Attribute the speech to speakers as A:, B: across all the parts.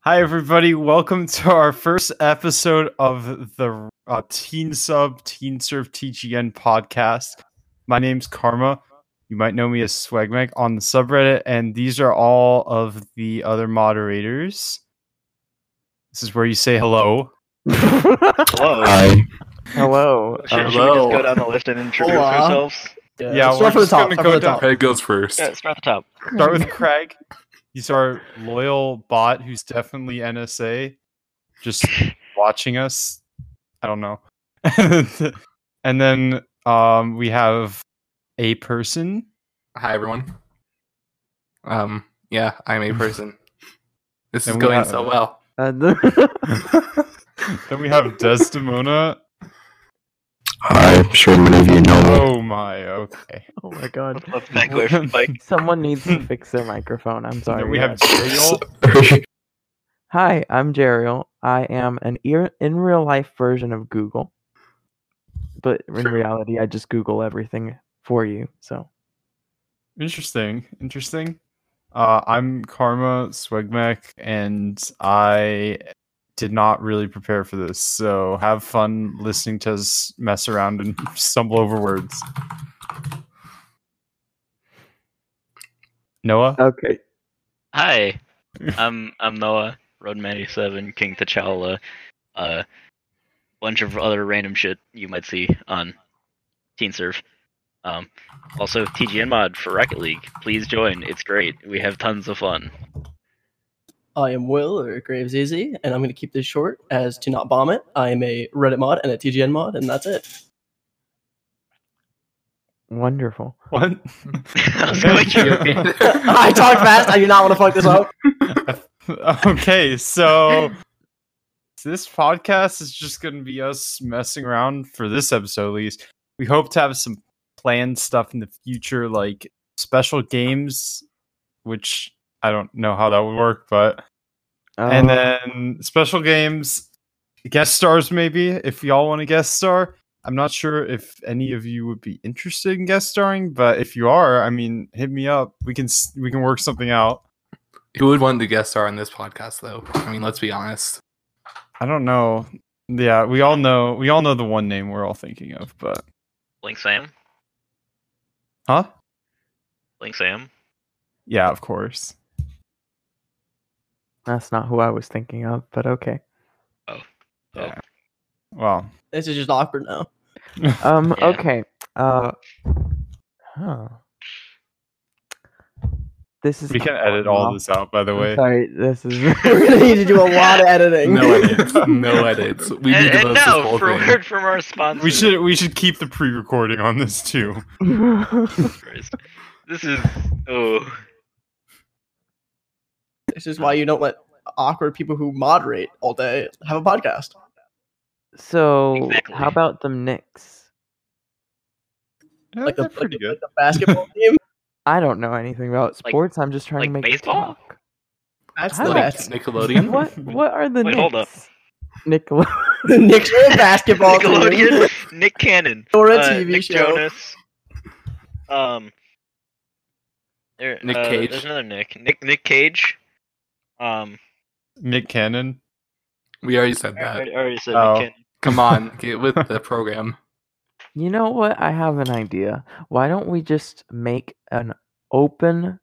A: Hi, everybody. Welcome to our first episode of the uh, Teen Sub Teen Surf TGN podcast. My name's Karma. You might know me as Swagmeg on the subreddit, and these are all of the other moderators. This is where you say hello.
B: Hello.
C: Hi.
D: Hello.
B: Should, should we
E: Hello.
B: just go down the list and introduce
D: Hola.
B: ourselves?
A: Yeah,
D: Start
A: we're
D: from the
A: just
D: top,
A: gonna
D: start
A: go
D: from the
A: down-
D: top.
C: Peg goes first.
B: Yeah, start at the top.
A: Start with Craig. He's our loyal bot who's definitely NSA, just watching us. I don't know. and then um, we have a person.
C: Hi, everyone. Um, yeah, I'm a person. This is
A: And we
C: going
A: have-
C: so well.
D: And the-
A: Then we have Desdemona.
C: I'm sure many of you
A: Oh my, okay.
D: oh my god.
B: Let's back away from Mike.
D: Someone needs to fix their microphone. I'm sorry.
A: Then we have
D: guys.
A: Jeriel.
D: Hi, I'm Jeriel. I am an ear- in real life version of Google. But in
C: Sure.
D: reality, I just Google everything for you. So
A: Interesting, interesting. Uh, I'm Karma Swegmek, and I did not really prepare for this, so have fun listening to us mess around and stumble over words. Noah,
D: Okay.
B: Hi. I'm I'm Noah, Roadman 87, King T'Challa, a uh, bunch of other random shit you might see on Teen Surf. Um, also TGN mod for Rocket League. Please join. It's great. We have tons of fun.
F: I am Will or Graves Easy, and I'm going to keep this short as to not bomb it. I am a Reddit mod and a TGN mod, and that's it.
D: Wonderful.
A: what?
B: I was going to-
F: I talk fast. I do not want to fuck this up.
A: okay, so this podcast is just going to be us messing around for this episode at least. We hope to have some planned stuff in the future, like special games, which I don't know how that would work, but and
D: Uh,
A: then special games, guest stars maybe if y'all want to guest star. I'm not sure if any of you would be interested in guest starring, but if you are, I mean, hit me up. We can s- we can work something out.
C: Who would want to guest star on this podcast, though? I mean, let's be honest.
A: I don't know. Yeah, we all know we all know the one name we're all thinking of, but
B: Link Sam.
A: huh?
B: Link Sam.
A: Yeah, of course.
D: that's not who I was thinking of, but okay.
B: Oh.
A: Yeah. Well,
F: This is just awkward now.
D: Um.
B: Yeah.
D: Okay. Uh. Huh. This is
A: we
D: not
A: can edit
D: going
A: all
D: well.
A: this out by the
D: I'm
A: way.
D: Sorry. This is.
F: We're going to need to do a lot of editing.
C: No edits. No edits. We
B: And,
C: need to
B: and
C: post this
B: now
C: whole
B: for a
C: thing.
B: word from our sponsor.
A: We should we should keep the pre-recording on this too.
B: Christ. This is oh.
F: This is why you don't let awkward people who moderate all day have a podcast.
D: So,
B: Exactly.
D: how about the Knicks?
A: Yeah,
F: Like the,
A: they're
F: like,
A: pretty
F: the-
A: good.
F: like the basketball team.
D: I don't know anything about
B: Like-
D: sports. I'm just trying
B: like
D: to make
B: baseball?
D: Talk.
F: That's
D: I
F: the
D: like
F: best.
C: Nickelodeon.
D: What? What are the
B: Wait,
D: Knicks?
B: hold up.
D: Nickel-
F: The Knicks are a basketball team.
B: Nickelodeon, Nick Cannon,
F: Or a
B: uh,
F: TV
B: Nick
F: show.
B: Jonas. Um, there,
C: Nick
B: uh,
C: Cage.
B: There's another Nick. Nick Nick Cage. Um,
A: Nick Cannon.
C: We already said
B: I already,
C: that.
B: I already said
A: Oh.
B: Nick Cannon.
C: Come on, get with the program.
D: You know what? I have an idea. Why don't we just make an open,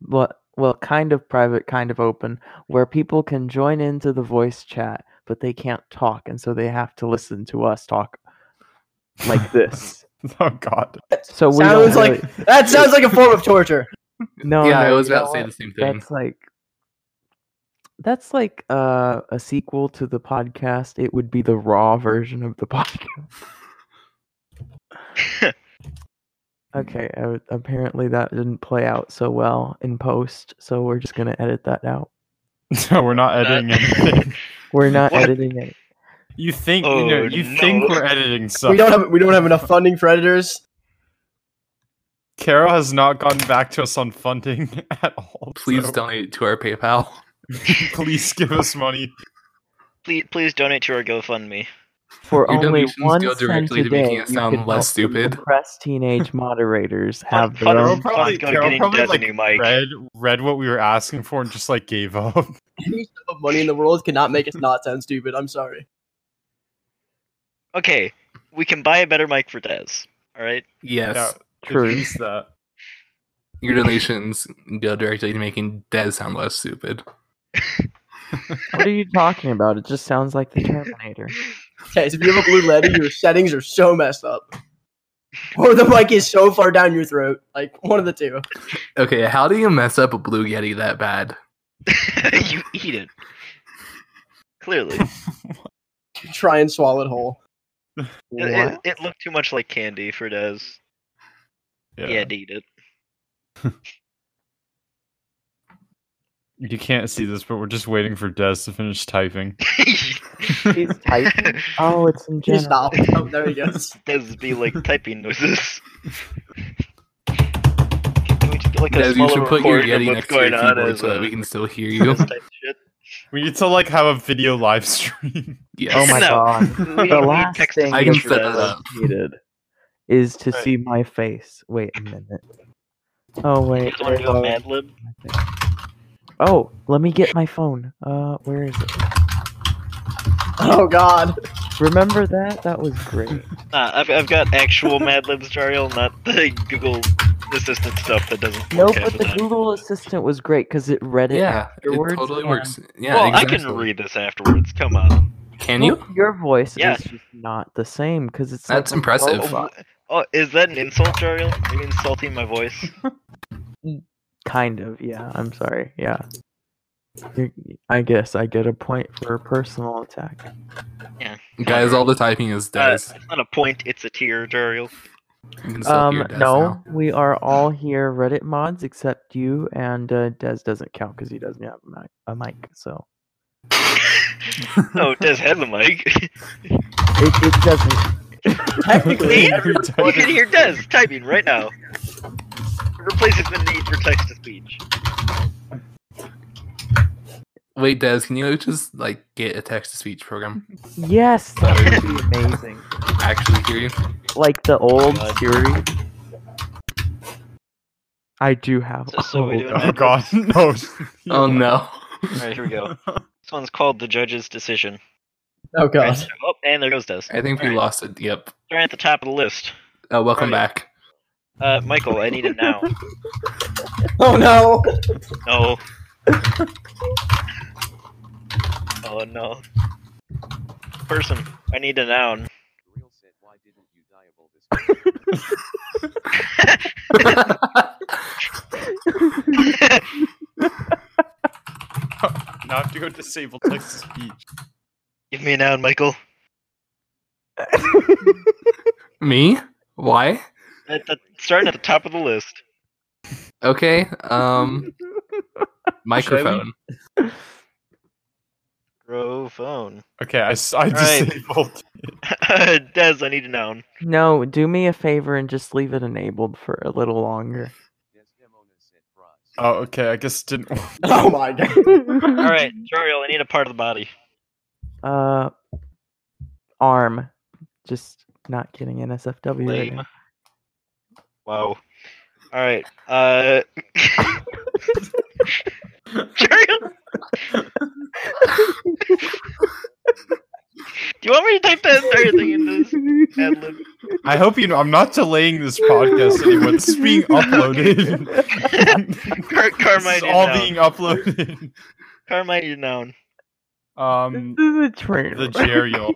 D: well, well, kind of private, kind of open, where people can join into the voice chat, but they can't talk, and so they have to listen to us talk like this.
A: Oh god.
D: So we don't
F: Sounds like
D: really-
F: that sounds like a form of torture.
D: no.
C: yeah, I
D: no,
C: was
D: you know
C: about to say
D: what?
C: the same thing.
D: That's like that's like uh, a sequel to the podcast. It would be the raw version of the podcast. okay, uh, apparently that didn't play out so well in post, so we're just gonna edit that out.
A: No, we're not editing anything.
D: We're not
B: What?
D: editing it.
A: You think you, know,
B: Oh,
A: you
B: no.
A: think we're editing stuff.
F: We don't have we don't have enough funding for editors.
A: Carol has not gotten back to us on funding at all.
C: Please
A: so
C: donate to our PayPal.
A: please give us money.
B: Please, please donate to our GoFundMe.
D: For
C: Your
D: only
C: donations
D: one
C: go
D: cent
C: directly
D: a
C: to
D: day,
C: making us
D: you
C: sound
D: can
C: less
D: help the
C: stupid.
D: Depressed teenage moderators have their
B: Fun-
A: Carol
D: own
B: fun's
A: probably-
B: gonna
A: Carol
B: get in
A: probably,
B: debt
A: like,
B: to new mic.
A: Read read what we were asking for and just like gave up.
F: any sum of money in the world cannot make us not sound stupid. I'm sorry.
B: Okay, we can buy a better mic for Dez. All right.
C: Yes.
A: Yeah,
D: True.
A: At least that.
C: Your donations go directly to making Dez sound less stupid.
D: What are you talking about? It just sounds like the Terminator.
F: Okay, so if you have a blue letter, your settings are so messed up. Or the mic is so far down your throat. Like one of the two.
C: Okay, how do you mess up a blue yeti that bad?
B: you eat it. Clearly,
F: Try and swallow it whole.
B: it, it, it looked too much like candy for Dez.
A: Yeah.
B: He had to eat it.
A: You can't see this, but we're just waiting for Des to finish typing.
D: He's typing? Oh, it's in
F: Just
D: general.
F: stop. Oh, there he goes.
B: Dez be like typing noises. Can we just get like a
C: Dez, you
B: smaller
C: should put your
B: recording of what's
C: yeti next to your
B: going on
C: keyboard
B: as
C: so that
B: uh,
C: we can still hear
B: this
C: you.
B: type shit?
A: We need to like have a video live stream.
C: yes.
D: Oh my
B: No.
D: god. The
B: We don't need
D: last
B: texting
D: thing
C: I can
B: for
C: set
B: Dez.
C: that up.
D: needed is to
A: Right.
D: see my face. Wait a minute. Oh
B: You
D: wait.
B: guys wanna do a
D: hold
B: Mad Lib?
D: on. Oh, let me get my phone. Uh, where is it?
F: Oh god.
D: Remember that? That was great.
B: Nah, I've, I've got actual Mad Libs, Jariel, not the Google Assistant stuff that doesn't
D: no,
B: work half
D: but the
B: time.
D: Google Assistant was great because it read it.
C: Yeah, it
D: afterwards,
C: totally
D: and-
C: works. Yeah,
B: well,
C: exactly.
B: I can read this afterwards. Come on.
C: Can you?
D: Your voice
B: Yeah.
D: is just not the same because it's
C: That's
D: like,
C: impressive.
D: oh,
B: Oh, oh, is that an insult, Jariel? Are you insulting my voice?
D: Kind of, yeah. I'm sorry. Yeah. you I guess I get a point for a personal attack.
C: Guys, all the typing is
B: Uh,
C: Dez.
B: it's not a point, it's a tear, Jariel.
C: You can still hear
D: Um,
C: Dez
D: no,
C: now.
D: we are all here Reddit mods except you and uh, Des doesn't count because he doesn't have a mic, a mic. So
B: No, Des has a mic.
D: it, it doesn't.
F: Technically,
A: Every
B: you
A: time.
B: can hear Des typing right now. It replaces the need for text to speech.
C: Wait, Dez, can you just like get a text to speech program?
D: Yes, that would be amazing.
C: Actually hear you?
D: Like the old
B: God.
D: series. I do have.
B: So- so we
D: oh,
B: do
D: God.
A: Oh god, no.
C: Oh no.
B: Alright, here we go. This one's called The Judge's Decision.
F: Oh god.
B: Alright, Oh, and there goes Des.
C: I think we
B: Alright.
C: lost it. Yep.
B: They're at the top of the list.
C: Uh, welcome
B: Alright.
C: back.
B: Uh, Michael, I need it now.
F: Oh no.
B: No. oh no. Person, I need a noun.
E: Real said, why didn't you diable this?
A: Now I have to go disable text speech.
B: Give me a noun, Michael.
C: Me? Why?
B: At the, starting at the top of the list.
C: Okay. Um microphone.
B: Grow phone.
A: Okay, I, s- I
B: Right.
A: disabled.
B: Des, I need a noun.
D: No, do me a favor and just leave it enabled for a little longer.
E: Desdemona said, fries.
A: Oh, okay, I guess it didn't work.
F: Oh my god.
B: Alright, Joriel, I need a part of the body.
D: Uh, arm. Just not getting NSFW. right
B: Lame.
D: now.
B: Wow. Alright, uh. Joriel! Do you want me to type that entire thing into this? Ad lib?
A: I hope you know I'm not delaying this podcast anymore. This is being uploaded.
B: Car- Carmine,
A: it's
B: you
A: all
B: know.
A: being uploaded.
B: Carmine, you noun.
A: Um,
D: This is a train.
A: the
D: wreck.
A: gerial,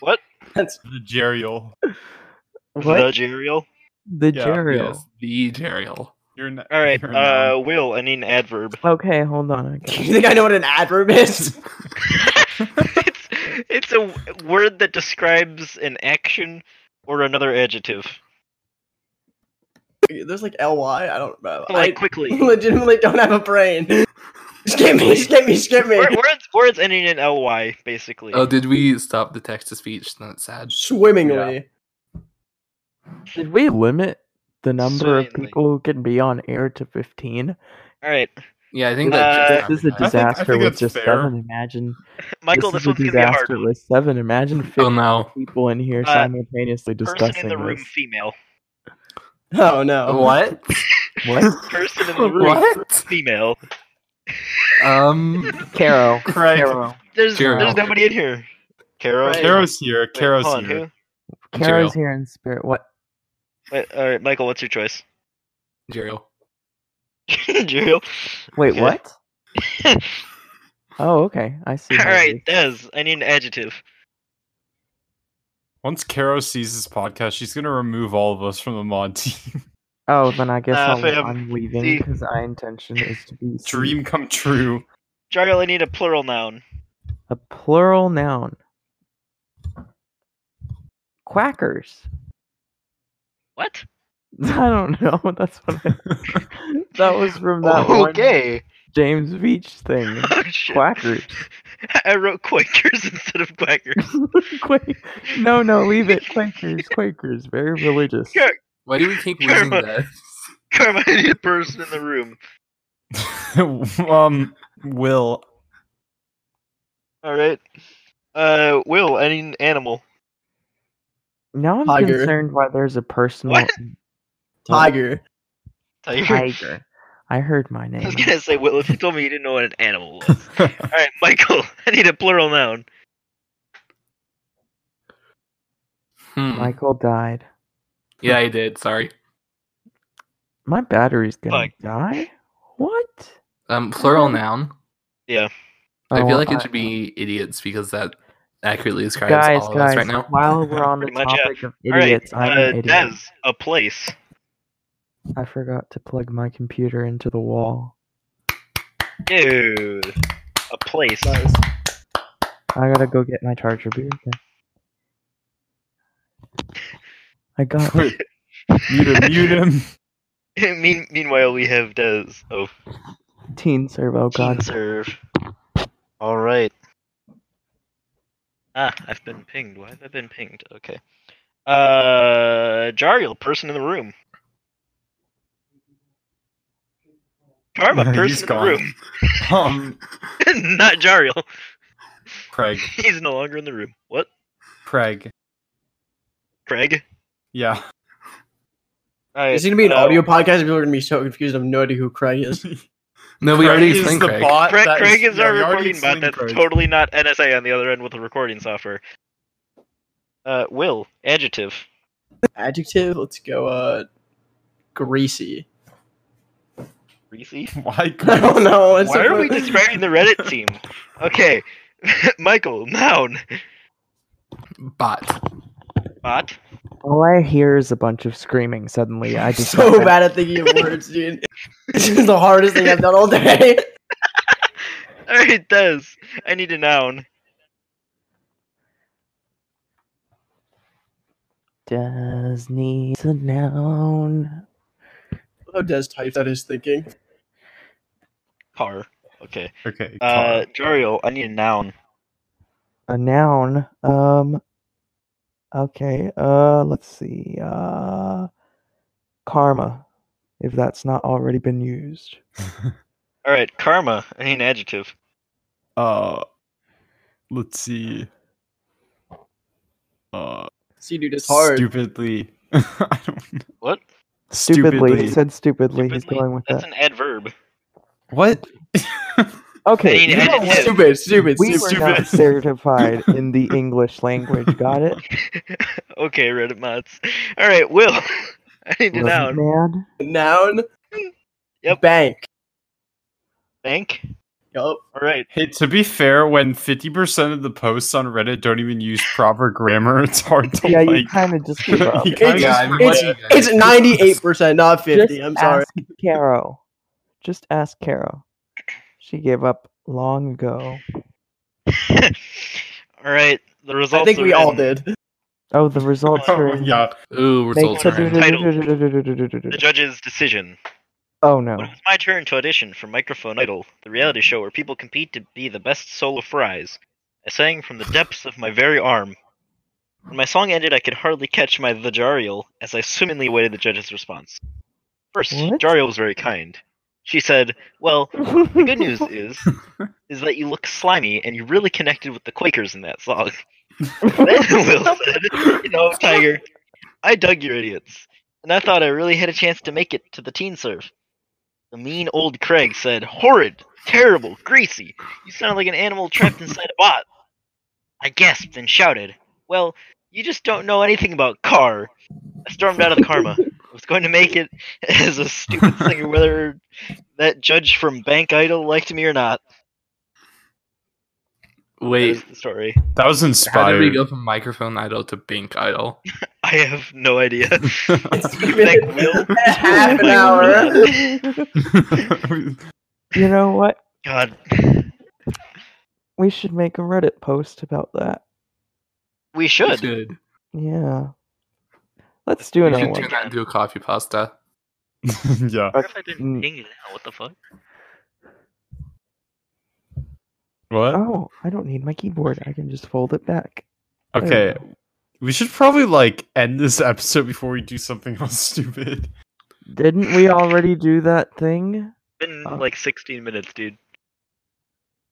B: What?
F: That's
A: the gerial.
B: The
D: What?
B: Jeriel?
D: The
A: Yeah,
D: Jeriel.
C: Yes, the Jeriel.
A: You're not.
B: All right,
A: you're not.
B: uh, Will, I need an adverb.
D: Okay, hold on. I got-
F: you think I know what an adverb is?
B: it's it's a w- word that describes an action or another adjective.
F: There's like ly. I don't know.
B: Like
F: I
B: quickly.
F: legitimately don't have a brain. Skip me. Skip me. Skip me.
B: Wor- Words words ending in ly basically.
C: Oh, did we stop the text to speech? That's sad.
F: Swimmingly.
D: Did we limit the number of
B: Certainly.
D: people who can be on air to 15?
B: All right,
C: Yeah, I think
B: Uh,
C: that
D: This is a
A: think- I
D: disaster
A: think
D: with
A: that's
D: just
A: fair.
D: seven. Imagine.
B: Michael,
D: this,
B: this,
D: is
B: one's
D: a
B: gonna be a hard
D: disaster
B: one.
D: with seven. Imagine 15
C: Oh no.
D: people in here
B: Uh,
D: simultaneously
B: Person in
D: discussing
B: the room,
D: this.
B: female.
F: Oh no.
C: What?
D: What?
B: Person in the room,
C: What?
B: female. uh,
C: Um,
D: Caro.
A: Craig.
D: Caro.
B: There's
C: Jiro.
B: there's nobody in here. Caro.
F: Right.
A: Caro's here.
B: Wait,
A: Caro's
B: hold on,
A: here.
B: who?
D: Caro's
C: Zero.
D: here in spirit. What?
B: Wait, all right, Michael. What's your choice?
C: Jiro.
B: Jiro.
D: Wait,
B: Okay.
D: what? oh, okay. I see.
B: All
D: how it
B: right,
D: is.
B: Dez. I need an adjective.
A: Once Caro sees this podcast, she's gonna remove all of us from the mod team.
D: Oh, then I guess
B: Uh,
D: I'll,
B: fam,
D: I'm leaving
B: see-
D: because my intention is to be seen.
A: Dream come true.
B: Jarl, I need a plural noun.
D: a plural noun. Quackers.
B: What?
D: I don't know. That's what I. that was from that one
B: okay.
D: James Beach thing.
B: Oh, shit.
D: Quackers.
B: I wrote Quakers instead of Quackers.
D: Quake. No, no, leave it. Quakers, Quakers, very religious.
B: Yeah.
C: Why do we keep losing
B: Karma.
C: that?
B: Karma, I need a person in the room.
A: um, Will.
B: All right. Uh, Will, I need an animal.
D: Now I'm
F: Tiger.
D: concerned why there's a personal
B: What?
F: Tiger.
B: Tiger.
D: tiger. I heard my
B: I
D: name.
B: was gonna say, Will, if you told me you didn't know what an animal was. All right, Michael, I need a plural noun.
C: Hmm.
D: Michael died.
C: Yeah, I did. Sorry.
D: My battery's gonna
B: Fuck.
D: die. What?
C: Um, plural noun. I
D: Oh,
C: feel like it should be idiots because that accurately describes
D: guys,
C: all of
D: guys.
C: us right now.
D: While we're on the
B: Pretty much, yeah.
D: topic of
B: All right,
D: idiots, I'm
B: uh,
D: an idiot.
B: Dez, a place.
D: I forgot to plug my computer into the wall.
B: Dude, a place.
F: Nice.
D: I gotta go get my charger. Be right back. I got it.
A: Wait, mute him. Mute him.
B: mean, meanwhile, we have Dez Oh, of
D: Teen Servo. God,
A: Oh,
B: Teen Serve. All right. Ah, I've been pinged. Why have I been pinged? Okay. Uh, Jariel, person in the room. Karma,
A: He's
B: person in the
A: gone.
B: room.
A: Um,
B: Not Jariel.
A: Craig.
B: He's no longer in the room. What?
A: Craig.
B: Craig?
A: Yeah.
B: All
F: Is it
B: right,
F: gonna be an
B: uh,
F: audio podcast? People are gonna be so confused. I have no idea who Craig is.
C: No, we
A: Craig
C: already
A: is
C: explained
A: the
C: Craig.
A: bot
B: Craig,
A: Uh, that
B: Craig is
A: yeah,
B: our
A: we already
B: recording bot.
A: explained
B: That's
A: Craig.
B: totally not NSA on the other end with the recording software. Uh, Will, adjective.
F: Adjective. Let's go. Uh, greasy.
B: Greasy.
A: Why?
F: I
A: Craig?
F: don't know. It's
B: Why
F: so
B: are we
F: funny.
B: describing the Reddit team? Okay, Michael, noun.
C: Bot.
B: Bot.
D: all I hear is a bunch of screaming. Suddenly, I just
F: so bad at thinking of words, dude. this is the hardest thing I've done all day.
B: All right, Des. I need a noun.
D: Does needs a noun.
F: Oh, Des typed out his thinking.
B: Car. Okay.
A: Okay.
B: Uh,
A: Connor.
B: Jariel, I need a noun.
D: A noun. Um. Okay. Uh. Let's see. Uh. Karma. If that's not already been used.
B: All right, karma. I need an adjective.
A: Uh, let's see. Uh,
F: See, dude, it's hard.
A: stupidly. I don't know.
B: What?
D: Stupidly. He said stupidly. He's
B: Stupidly?
D: going with
B: That's
D: that.
B: an adverb.
A: What?
D: Okay.
B: An
D: you know
B: adjective.
D: what?
F: Stupid, stupid,
D: We were
F: stupid.
D: not certified in the English language. Got it?
B: okay, Reddit mods. All right, Will. I need a
D: Listen,
B: noun.
D: Man.
F: Noun.
B: Yep.
F: Bank.
B: Bank.
F: Yup.
B: All right.
A: Hey, to be fair, when fifty percent of the posts on Reddit don't even use proper grammar, it's hard to
D: Yeah, you
A: like.
D: kind of just give up.
A: you kinda
F: It's-
C: Yeah,
A: just-
C: I'm
F: it's-
C: watching you guys.
F: It's ninety-eight percent, not fifty.
D: Just
F: I'm sorry.
D: Ask Caro. Just ask Caro. She gave up long ago.
B: all right. The results.
F: I think
B: are
F: we all
B: in.
F: did.
D: Oh, the results are. in-
A: yeah.
C: Ooh,
D: Make
C: results
D: the
C: are in.
B: The judge's decision.
D: Oh no.
B: When it was my turn to audition for Microphone Idol, the reality show where people compete to be the best solo fries, I sang from the depths of my very arm. When my song ended, I could hardly catch my the Jariel as I swimmingly awaited the judge's response. First,
D: What?
B: Jariel was very kind. She said, "Well, the good news is, is that you look slimy and you really connected with the Quakers in that song." then Will said, "You know, Tiger, I dug your idiots, and I thought I really had a chance to make it to the teen surf." The mean old Craig said, "Horrid." terrible, greasy. You sound like an animal trapped inside a bot. I gasped and shouted, Well, you just don't know anything about car. I stormed out of the karma. I was going to make it as a stupid thing whether that judge from Bank Idol liked me or not. That
C: Wait,
B: is the story.
A: That was
C: how did we
A: inspired.
C: go from microphone idol to bank idol?
B: I have no idea.
F: It's
B: You think Will?
D: Half an hour. you know what?
B: God.
D: We should make a Reddit post about that.
B: We should.
C: Good.
D: Yeah. Let's do
C: We
D: another
C: should
D: one.
C: turn that into a coffee pasta.
A: yeah.
B: What if I didn't
D: Mm.
B: ding it out? What the fuck?
A: What?
D: Oh, I don't need my keyboard. I can just fold it back.
A: Okay. We should probably like end this episode before we do something else stupid.
D: Didn't we already do that thing?
B: been
D: Oh.
B: like 16 minutes, dude.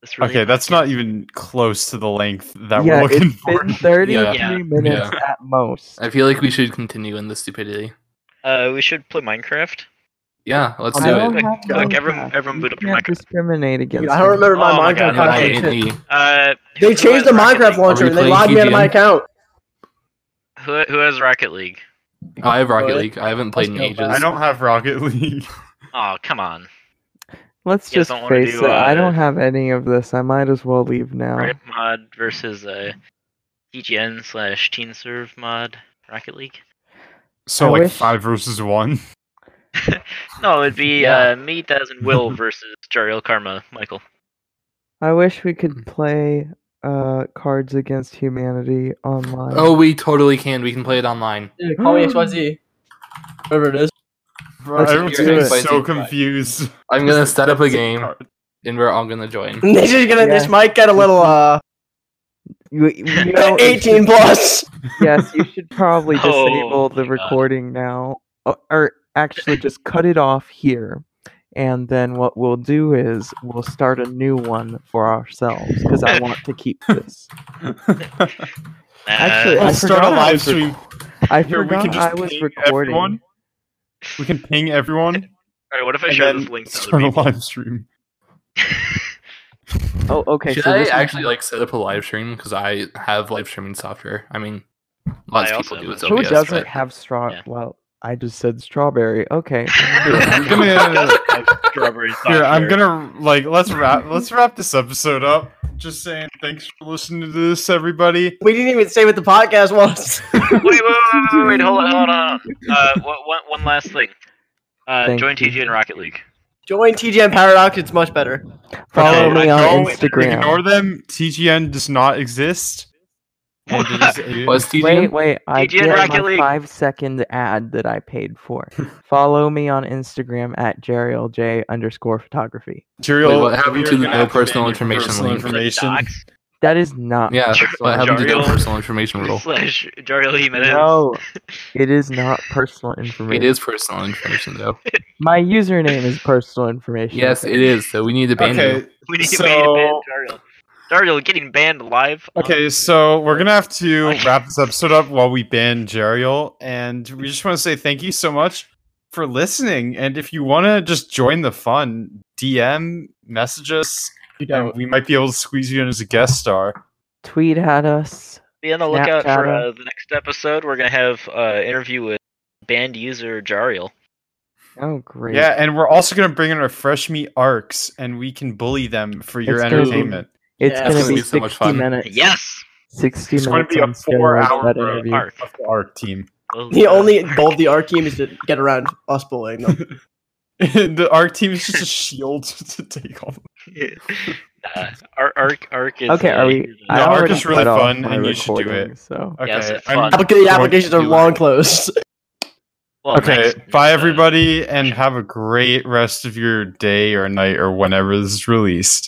B: This really
A: Okay,
B: is-
A: that's not even close to the length that
D: yeah,
A: we're looking
D: it's
A: for.
D: been 33
B: Yeah.
D: minutes at most.
C: I feel like we should continue in the stupidity.
B: Uh, we should play Minecraft.
C: Yeah, let's
D: I
C: do
D: don't
C: it.
D: have
B: Look,
D: Minecraft.
B: everyone- everyone
D: You
B: boot up your
D: can't
B: Minecraft.
D: discriminate against.
F: Dude, I don't
D: me.
F: remember my
B: Oh my
F: Minecraft
B: God,
C: I
F: content.
C: hate me.
B: Uh, who
F: They changed the
B: has Rocket
F: Minecraft
B: League?
F: launcher and they
C: playing
F: logged me out of my
C: TGN?
F: account.
B: Who, who has Rocket League?
C: Oh, I have Rocket
F: Really?
C: League. I haven't played in
F: go
C: ages.
F: back.
A: I don't have Rocket League.
B: Oh, come on.
D: Let's
B: You guys
D: just
B: don't wanna
D: face
B: do,
D: it. I
B: uh,
D: don't have any of this. I might as well leave now.
B: Rocket mod versus uh, DGN slash Teen Serve mod Rocket League.
A: So
D: I
A: like
D: wish-
A: five versus one.
B: No, it'd be
C: Yeah.
B: uh, me, Daz, and Will versus Jariel Karma, Michael.
D: I wish we could play uh, Cards Against Humanity online.
C: Oh, we totally can. We can play it online.
F: Yeah, call me XYZ. Whatever it is.
A: Bro,
D: Let's
A: everyone's
D: do
A: getting
D: it.
A: so confused.
C: I'm gonna set up a game, and we're all gonna join.
F: This is gonna. This
D: Yeah.
F: might get a little uh
D: You, you know,
F: eighteen plus.
D: yes, you should probably
B: Oh
D: disable the
B: my God.
D: recording now, or, or actually just cut it off here. And then what we'll do is we'll start a new one for ourselves because I want to keep this. Actually,
B: Uh,
D: I
A: We'll start a
D: forgot I
A: live
D: was rec-
A: stream.
D: I
A: Here, we can
D: forgot
A: just
D: I was
A: ping
D: recording.
A: everyone. We can ping everyone
B: alright, what if I
A: and
B: share this
A: then
B: link to other
A: start a
B: people?
A: live stream.
D: Oh, okay.
C: Should
D: so
C: I
D: this is-
C: actually like set up a live stream? Because I have live streaming software. I mean, lots
B: I
C: of
B: also
C: people do.
B: have
C: It's
B: it.
D: who
C: OBS,
D: doesn't
C: but-
D: have straw?
B: yeah.
D: Well, I just said strawberry. Okay.
A: I'm gonna-
B: Strawberry
A: Here, I'm
B: software.
A: gonna like let's wrap let's wrap this episode up. Just saying thanks for listening to this, everybody.
F: We didn't even say what the podcast was.
B: wait, wait, wait, wait, wait, hold on, hold on. Uh, one, one- one last thing. Uh,
D: Thank
B: join
D: you.
B: TG and Rocket League.
F: Join TGN Paradox. It's much better.
D: Follow
B: Okay,
D: me
B: I
D: on
A: go-
D: Instagram.
A: Ignore them. TGN does not exist. And it is a-
C: Was TGN?
D: Wait, wait. I
B: TGN
D: get
B: Rocket
D: my
B: League.
D: five second ad that I paid for. Follow me on Instagram at JerialJ underscore photography.
A: Material-
C: Wait, what happened to the
A: Material-
C: no personal information
A: Personal
C: link?
A: information.
B: Docs
D: That is not.
C: Yeah, that's what happened to the
B: Jariel.
C: personal information rule.
B: slash Jariel Jimenez.
D: No, it is not personal
C: It
D: information.
C: is personal information, though.
D: My username is personal information.
C: Yes,
D: okay?
C: it is. So we need to ban
A: Okay,
C: you.
B: We need to
A: So-
B: ban ban Jariel. Jariel getting banned live. Uh, on-
A: Okay, so we're gonna have to wrap this episode up while we ban Jerial, and we just want to say thank you so much for listening. And if you want to just join the fun, DM, message us,
F: You
A: and we might be able to squeeze you in as a guest star.
D: Tweet at us.
B: Be on the lookout for
D: Snapchat.
B: uh, the next episode. We're gonna have uh, interview with banned user Jariel.
D: Oh, great.
A: Yeah, and we're also gonna bring in our fresh meat arcs, and we can bully them for your
D: It's gonna be-
A: entertainment.
D: It's
F: Yeah.
D: going to
F: That's
D: be,
C: gonna be so
D: 60
C: much fun.
D: minutes.
B: Yes.
D: 60
A: It's gonna
D: minutes.
A: be a
D: on steroids,
A: four-hour
D: that
A: road
D: interview.
B: Arc.
A: Of the arc team,
F: The only goal of the arc team is to get around us bullying them.
A: the arc team is just a shield to take off.
B: nah, Ar- arc arc is.
D: Okay,
B: uh,
D: are we?
B: is, uh,
D: I
A: The arc
D: already
A: is really
D: cut off
A: fun,
D: my
A: and you should do
D: recording,
A: it.
D: So.
A: Okay,
B: Yes, it's
A: I'm-
B: fun.
F: Applica- the applications are long closed.
B: well,
A: okay,
B: next-
A: bye
B: uh,
A: everybody, and have a great rest of your day or night or whenever this is released.